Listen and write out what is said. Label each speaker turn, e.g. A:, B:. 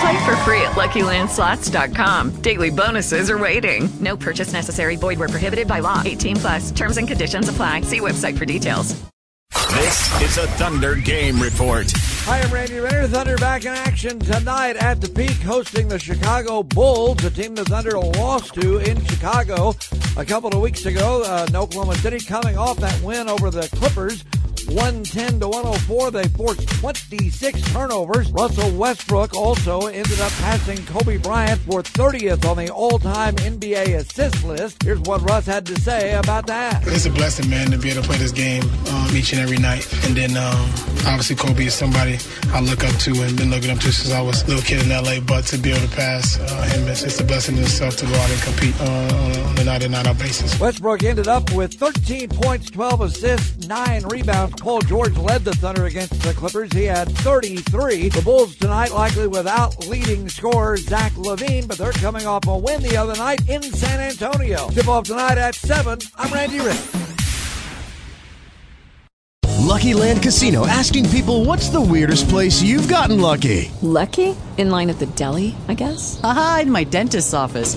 A: Play for free at LuckyLandSlots.com. Daily bonuses are waiting. No purchase necessary. Void where prohibited by law. 18 plus. Terms and conditions apply. See website for details.
B: This is a Thunder Game Report.
C: Hi, I'm Randy Renner. Thunder back in action tonight at the peak, hosting the Chicago Bulls, a team the Thunder lost to in Chicago a couple of weeks ago uh, in Oklahoma City. Coming off that win over the Clippers, 110 to 104, they forced 26 turnovers. Russell Westbrook also ended up passing Kobe Bryant for 30th on the all-time NBA assist list. Here's what Russ had to say about that.
D: It's a blessing, man, to be able to play this game um, each and every night. And then um, obviously Kobe is somebody I look up to and been looking up to since I was a little kid in LA. But to be able to pass uh, him, it's, it's a blessing in itself to go out and compete uh, on, on a night-in-night-out basis.
C: Westbrook ended up with 13 points, 12 assists, 9 rebounds. Paul George led the Thunder against the Clippers. He had 33. The Bulls tonight likely without leading scorer Zach Levine, but they're coming off a win the other night in San Antonio. Tip off tonight at 7. I'm Randy Rick.
E: Lucky Land Casino asking people what's the weirdest place you've gotten lucky?
F: Lucky? In line at the deli, I guess?
G: Aha, in my dentist's office.